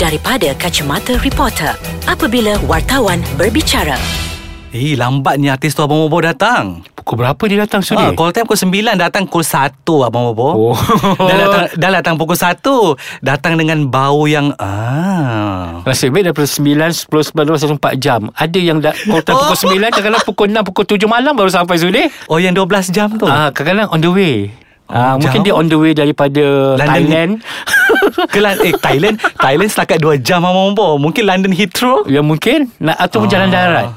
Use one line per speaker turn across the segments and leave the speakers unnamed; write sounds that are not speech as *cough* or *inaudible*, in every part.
daripada kacamata reporter apabila wartawan berbicara.
Eh, lambat ni artis tu Abang Bobo datang.
Pukul berapa dia datang
Ah,
sudi?
call time pukul 9 datang pukul 1 Abang Bobo. *laughs*
Oh.
Dah datang dah datang pukul 1. Datang dengan bau yang ah.
Nasib baik daripada 9, 10, 11, 4 jam Ada yang dah call time
Oh.
pukul 9 Kadang-kadang pukul 6, pukul 7 malam baru sampai sudi
Oh yang 12 jam tu. *laughs*
Ah, Kadang-kadang on the way Ah,
Oh,
mungkin
jauh.
dia on the way daripada
London. *laughs*
Thailand
Kelan eh Thailand Thailand setakat 2 jam Abang Bobo. Mungkin London Heathrow.
Ya mungkin nak, Atau jalan
Ah.
darat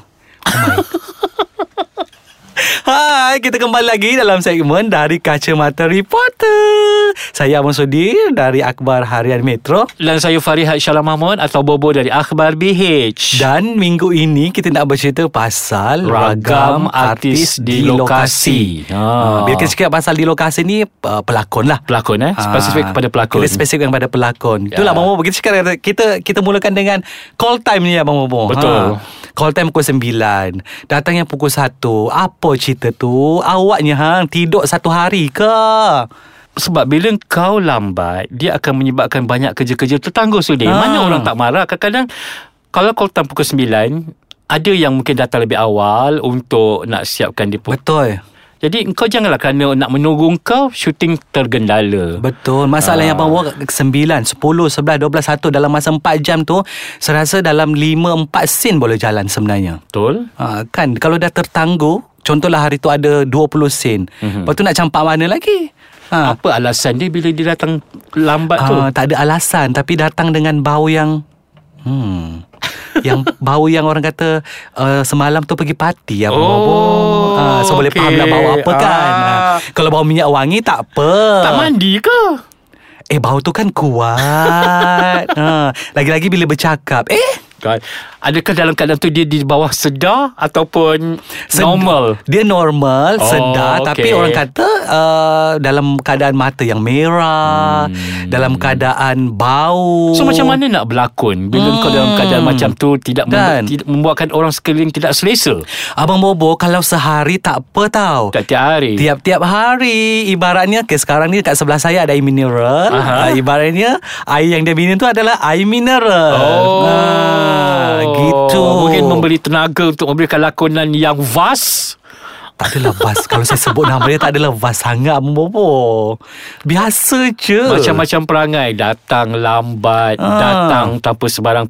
Hai, kita kembali lagi dalam segmen dari Kacamata Reporter. Saya Abang Sudir dari Akhbar Harian Metro.
Dan saya Farihat Shalom Mahmud Atau Bobo dari Akhbar BH
Dan minggu ini kita nak bercerita pasal
Ragam artis di lokasi.
Ah.
Ah.
Bila kita cakap pasal di lokasi ni uh, pelakon lah.
Pelakon eh Spesifik
Ah.
kepada pelakon
Kita spesifik kepada pelakon.
Ya.
Itulah Abang Bobo. Kita cakap kita kita mulakan dengan call time ni Abang Bobo.
Betul.
Call time pukul 9. Datangnya pukul 1. Apa cerita tu? Awaknya hang tidur satu hari ke?
Sebab bila kau lambat Dia akan menyebabkan banyak kerja-kerja tertangguh sudi
Ah.
Mana orang tak marah Kadang-kadang Kalau kau datang pukul 9 Ada yang mungkin datang lebih awal Untuk nak siapkan dia pun
Betul.
Jadi kau janganlah kerana nak menunggu kau Shooting tergendala
Betul. Masalah
Ah.
yang Abang Bobo 9, 10, 11, 12, 1 dalam masa 4 jam tu serasa dalam 5 4 scene boleh jalan sebenarnya.
Betul
Ha, kan kalau dah tertangguh Contohlah hari tu ada 20 sen mm-hmm.
Mhm.
Lepas tu nak campak mana lagi ha.
Apa alasan dia bila dia datang lambat tu
ha, Tak ada alasan Tapi datang dengan bau yang Hmm
*laughs*
yang bau yang orang kata uh, semalam tu pergi parti apa
Oh,
ah, so boleh
okey.
faham lah bau apa kan.
Ah.
Ah, kalau bau minyak wangi tak apa.
Tak mandi ke?
Eh bau tu kan
*laughs*
kuat. ha, lagi-lagi bila bercakap, eh
Kan. Adakah dalam keadaan tu dia di bawah sedar ataupun
Sed-
normal?
Dia normal
Oh,
Sedar Tapi
okey.
orang kata uh, Dalam keadaan mata yang merah hmm. Dalam keadaan bau
So macam mana nak berlakon bila hmm. kau dalam keadaan macam tu tidak,
Kan?
mem- tidak membuatkan orang sekeliling tidak selesa
Abang Bobo Kalau sehari tak apa tau
tiap-tiap hari.
Tiap-tiap hari Ibaratnya okay, Sekarang ni kat sebelah saya Ada air mineral uh,
Aha.
Ibaratnya Air yang dia minum tu adalah Air mineral
Oh,
Ah, Gitu
Mungkin memberi tenaga untuk memberikan lakonan yang vast.
Tak adalah vas Kalau saya sebut nama dia Tak adalah vas sangat Abang Bobo Biasa je
Macam-macam perangai datang lambat,
Ah.
datang tanpa sebarang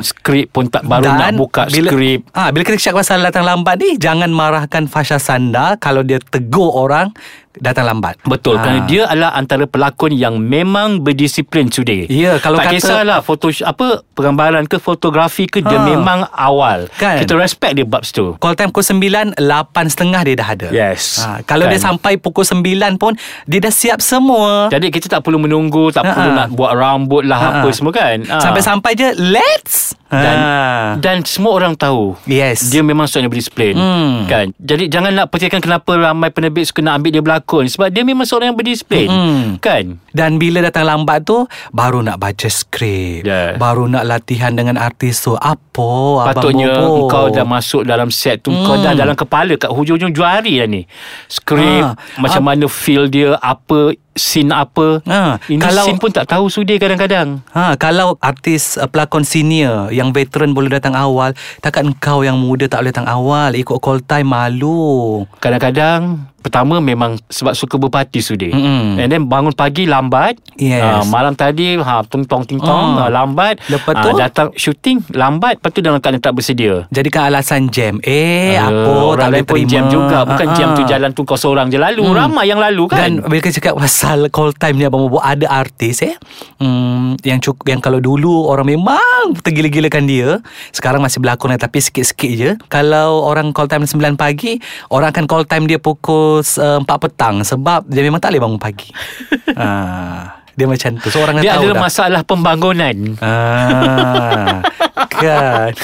Ah.
skrip pun tak baru nak buka
bila,
skrip.
Ah, bila kita cakap pasal datang lambat ni, jangan marahkan Fasha Sanda kalau dia tegur orang datang lambat.
Betul
Ah.
ha. kerana dia adalah antara pelakon yang memang berdisiplin today.
Ya, kalau
tak
kata-
kisahlah foto apa penggambaran ke fotografi ke
Ha.
dia memang awal.
Kan?
Kita respect dia bab tu.
Call time pukul 9, 8.30 dia dah ada.
Yes.
Ha, kalau
Kan.
dia sampai pukul 9 pun, dia dah siap semua.
Jadi kita tak perlu menunggu, tak
Ha-ha.
perlu nak buat rambut lah
Ha-ha.
apa semua kan. Ha.
Sampai-sampai je, let's.
dan
Ah.
dan semua orang tahu.
Yes.
Dia memang seorang yang berdisiplin
Hmm.
kan. Jadi jangan nak percayakan kenapa ramai penerbit suka nak ambil dia berlakon sebab dia memang seorang yang berdisiplin
Mm-mm.
kan.
Dan bila datang lambat tu Baru nak baca skrip
Yeah.
Baru nak latihan dengan artis tu Apa
Patutnya
Abang Bobo?
kau dah masuk dalam set tu hmm. Kau dah dalam kepala kat hujung-hujung juari dah ni Skrip
Ah.
Macam mana feel dia Apa Scene apa
Ah.
Ini
Kalau-
scene pun tak tahu sudi kadang-kadang
Ha, kalau artis uh, pelakon senior yang veteran boleh datang awal, takkan engkau yang muda tak boleh datang awal, ikut call time malu.
Kadang-kadang Pertama memang Sebab suka berparti sudi
Mm-mm.
And then bangun pagi lambat
Yes.
Ah, Malam tadi ha, Tung tong ting tong
Ah.
ah, Lambat
Lepas
Ah,
tu?
Datang shooting Lambat Lepas tu dalam keadaan tak bersedia
Jadikan alasan jam. Eh, apa
Ah,
tak
Orang
boleh
lain pun
terima.
jam juga Bukan
Ha,
jam tu
ha.
jalan tu Kau seorang je lalu Ramai yang lalu
Dan
kan
bila kita cakap pasal call time ni Abang Bobo Ada artis eh hmm, yang, cukup, yang kalau dulu orang memang tergila-gilakan dia Sekarang masih berlakon lah, tapi sikit-sikit je Kalau orang call time 9 pagi Orang akan call time dia pukul uh, 4 petang Sebab dia memang tak boleh bangun pagi
*laughs*
ha, Dia macam tu So orang dah
Dia
tahu
adalah
dah
masalah pembangunan
Ah,
*laughs*
kan.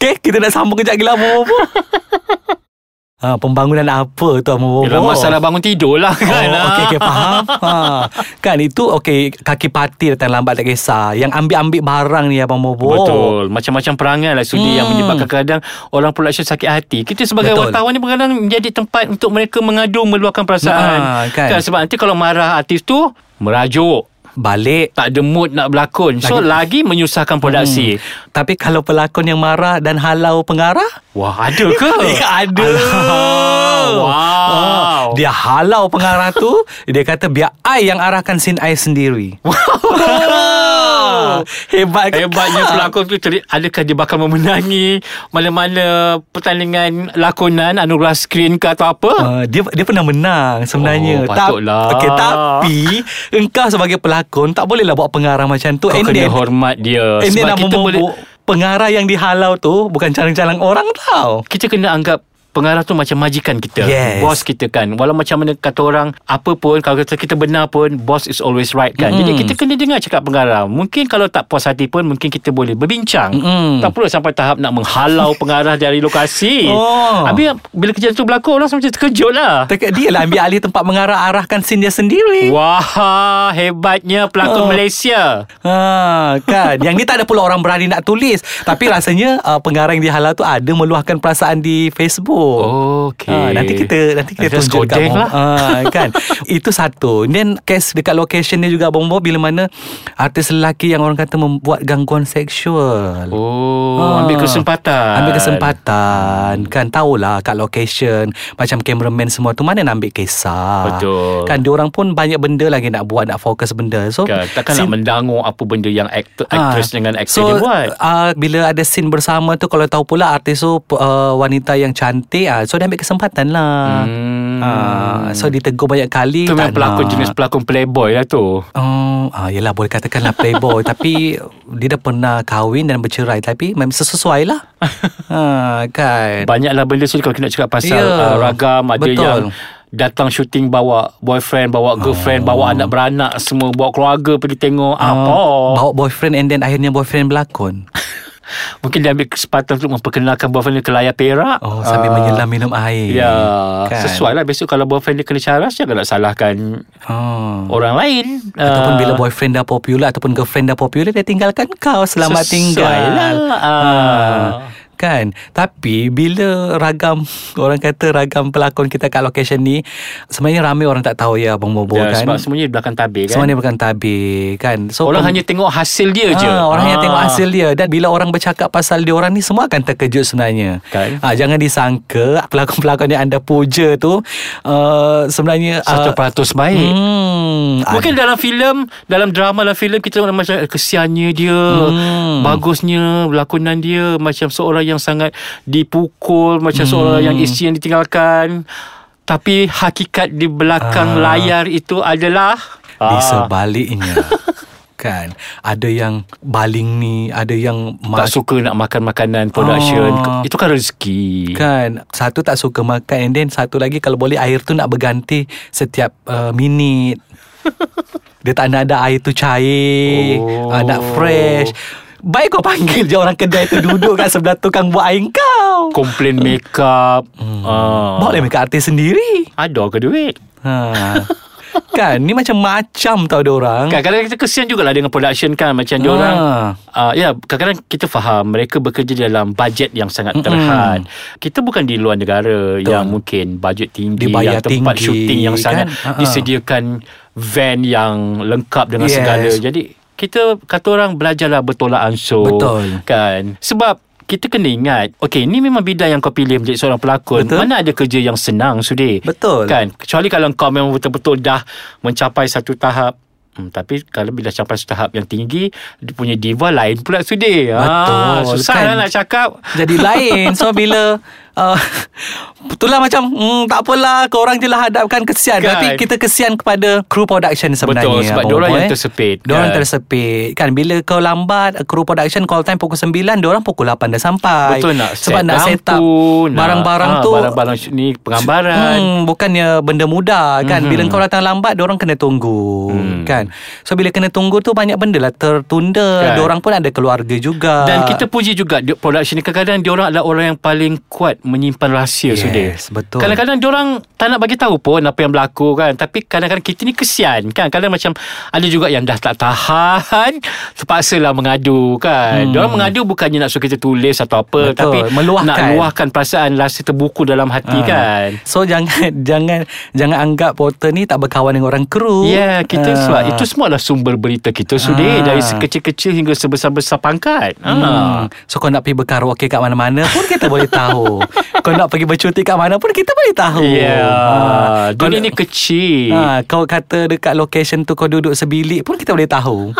Okay, kita nak sambung kejap lagi lah Abang Bobo. Ah, pembangunan apa tu Abang Bobo?
Yelah masalah bangun tidur lah kan
Oh,
ah.
okey, okey, faham.
*laughs*
ha. Kan itu okey kaki parti datang lambat tak kisah. Yang ambil-ambil barang ni abang Bobo.
Betul Macam-macam perangai lah Sudi
Oh. Hmm.
Yang menyebabkan kadang Orang production sakit hati Kita sebagai
Betul.
Betul. wartawan ni Kadang menjadi tempat Untuk mereka mengadu Meluahkan perasaan
Ah, kan.
Sebab nanti kalau marah artis tu Merajuk
balik
Tak ada mood nak berlakon So lagi, menyusahkan produksi hmm.
Tapi kalau pelakon yang marah dan halau pengarah
Wah ada
*laughs*
ke?
Ya ada
Alah, wow.
Ah, Dia halau pengarah tu Dia kata biar I yang arahkan scene I sendiri Wow *laughs* Hebat ke
Hebatnya
*laughs* tak?
pelakon tu ceri- Adakah dia bakal memenangi Mana-mana pertandingan lakonan Anugerah skrin ke atau apa
*laughs* Uh, dia dia pernah menang sebenarnya.
Oh, patutlah.
okay, tapi engkau sebagai pelakon tak bolehlah buat pengarah macam tu.
Kau
And
kena
then-
hormat dia
and then
Sebab
eh, nak
kita boleh
memobok pengarah yang dihalau tu bukan calang-calang orang tau.
kita kena anggap pengarah tu macam majikan kita
Yes.
bos kita kan walau macam mana kata orang apa pun kalau kata kita benar pun boss is always right kan mm.
Hmm.
jadi kita kena dengar cakap pengarah mungkin kalau tak puas hati pun mungkin kita boleh berbincang
Mm-mm.
tak perlu sampai tahap nak menghalau pengarah dari lokasi
Oh.
habis bila kejadian tu berlaku orang macam terkejut lah
Tekak dia lah ambil alih tempat mengarah arahkan scene dia sendiri.
Wah, hebatnya pelakon
Oh.
Malaysia.
Ha, kan Yang ni tak ada pula orang berani nak tulis Tapi rasanya uh, Pengarang yang dihalau tu Ada meluahkan perasaan di Facebook
Okey.
Ah, nanti kita nanti kita
Just
tunjuk dekat
godeng lah.
Ah, kan. Itu satu. Then case dekat location ni juga bombo bila mana artis lelaki yang orang kata membuat gangguan seksual.
Oh,
Ah.
ambil kesempatan.
Ambil kesempatan Kan tahulah kat location Macam cameraman semua tu Mana nak ambil kisah
Betul.
Kan diorang pun banyak benda lagi nak buat Nak fokus benda So
Kan, takkan
scene-
nak mendangur apa benda yang aktor,
Ah.
actress dengan aktor
so,
dia buat.
Uh, bila ada scene bersama tu Kalau tahu pula artis tu uh, Wanita yang cantik uh, So dia ambil kesempatan lah
Hmm.
Ah, so ditegur banyak kali
Itu memang pelakon jenis pelakon playboy lah tu.
Oh, ah, yelah boleh katakanlah playboy
*laughs*
Tapi dia dah pernah kahwin dan bercerai Tapi memang sesuai
*laughs*
lah ah, Kan
Banyaklah benda sulit kalau kita nak cakap
Ya.
pasal yeah. uh, ragam. Ada
Betul.
yang datang syuting bawa boyfriend, bawa girlfriend,
Oh.
bawa anak beranak semua, bawa keluarga pergi tengok. apa?
Bawa boyfriend and then akhirnya boyfriend berlakon
Mungkin dia ambil kesempatan untuk memperkenalkan boyfriend dia ke layar perak.
Oh sambil
Ah.
menyelam minum air
Ya, kan. sesuai lah. Besok kalau boyfriend dia kena caras, jangan nak salahkan
oh.
orang lain.
Ataupun
Ah,
bila boyfriend dah popular Ataupun girlfriend dah popular Dia tinggalkan kau Selamat
Sesuai
tinggal
lah.
Ah.
Ah.
Kan Tapi bila ragam *laughs* Orang kata ragam pelakon kita kat location ni Sebenarnya ramai orang tak tahu ya Abang Bobo
Ya,
kan
sebab semuanya di belakang tabir kan.
Semua ni bukan tabir kan so,
orang
pem-
hanya tengok hasil dia
Ah,
je.
Orang hanya tengok hasil dia Dan bila orang bercakap pasal dia orang ni Semua akan terkejut sebenarnya
Kan.
Ah, Jangan disangka Pelakon-pelakon yang anda puja tu uh, Sebenarnya ah,
Satu peratus baik.
hmm, ah,
Mungkin dalam filem, dalam drama dalam filem kita macam eh, kesiannya dia,
Hmm.
bagusnya lakonan dia macam seorang yang sangat dipukul, macam
Hmm.
seorang yang isteri yang ditinggalkan. Tapi hakikat di belakang
Ah.
layar itu adalah Ah.
Di sebaliknya
*laughs*
Kan Ada yang baling ni Ada yang
tak
makan
suka nak makan makanan production.
Ah.
Itu kan rezeki.
Kan Satu tak suka makan And then satu lagi Kalau boleh air tu nak berganti Setiap uh,
*laughs*
minit Dia tak nak ada air tu cair oh.
Oh.
uh, Nak fresh Baik kau panggil je orang kedai tu Duduk kat sebelah tukang buat air kau
Komplain makeup. Hmm. Uh,
Bawa boleh make artis sendiri
ada ke duit? *laughs*
ha. Kan Ni macam-macam tau orang.
Kan, Kadang-kadang kita kesian jugalah dengan production kan Macam dia orang
Ah.
uh, Ya kadang-kadang kita faham Mereka bekerja dalam bajet yang sangat terhad Kita bukan di luar negara Yang mungkin bajet tinggi
Dibayar
Yang tempat
tinggi,
syuting yang
kan?
sangat
Ah.
Disediakan van yang lengkap dengan
Yes.
segala Jadi kita kata orang belajarlah bertolak ansur
Betul.
Kan Sebab kita kena ingat Okay ni memang bidang yang kau pilih Menjadi seorang pelakon
Betul.
Mana ada kerja yang senang Sudi
Betul.
Kan Kecuali kalau kau memang betul-betul dah Mencapai satu tahap Hmm, tapi kalau bila capai satu tahap yang tinggi Dia punya diva lain pula sudi Ah,
Betul,
Susah
kan?
lah nak cakap
Jadi lain So bila uh, Itulah macam mm, Tak apalah Korang je lah hadapkan kesian
Kan.
Tapi kita kesian kepada Kru production sebenarnya
Betul, sebab
Abang
diorang
Bobo,
yang tersepit,
Diorang
kan.
tersepit Kan bila kau lambat Kru production call time pukul 9 Diorang pukul 8 dah sampai
Betul nak
Sebab
set
nak set up
lampu, nak-
Barang-barang
ah,
tu
Barang-barang sy- ni penggambaran
Hmm, bukannya benda mudah kan. Mm-hmm. Bila
Mhm.
kau datang lambat, orang kena tunggu
Hmm.
mm. kan. So bila kena tunggu tu banyak benda lah tertunda.
Kan.
Kan. Orang pun ada keluarga juga.
Dan kita puji juga dia- Production ni kadang-kadang Diorang adalah orang yang paling kuat menyimpan rahsia
Yes,
sudah.
betul.
Kadang-kadang diorang tak nak bagi tahu pun apa yang berlaku kan. Tapi kadang-kadang kita ni kesian kan. Kadang macam ada juga yang dah tak tahan terpaksalah mengadu kan. Hmm. Diorang mengadu bukannya nak suruh kita tulis atau apa
Betul,
tapi
meluahkan.
nak luahkan perasaan rasa terbuku dalam hati
Ah.
kan.
So jangan *laughs* jangan jangan anggap porter ni tak berkawan dengan orang kru.
Ya, yeah,
Ah.
kita sebab itu semua adalah sumber berita kita sudah
Ah.
dari sekecil-kecil hingga sebesar-besar pangkat.
Hmm.
Hmm.
So kau nak pergi berkaraoke kat mana-mana pun kita boleh
*laughs*
tahu. Kau nak pergi bercuti kat mana pun kita boleh tahu.
Ya.
Hmm. Ah. Kau
Dunia
nak-
ni kecil.
Ha, kau kata dekat location tu kau duduk sebilik pun kita boleh
*laughs*
tahu.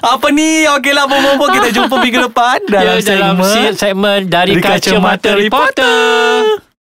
Apa ni? Okeylah, bobo-bobo kita jumpa minggu depan Ya, dalam
Ya, dalam
segmen
segmen dari Kacamata Reporter.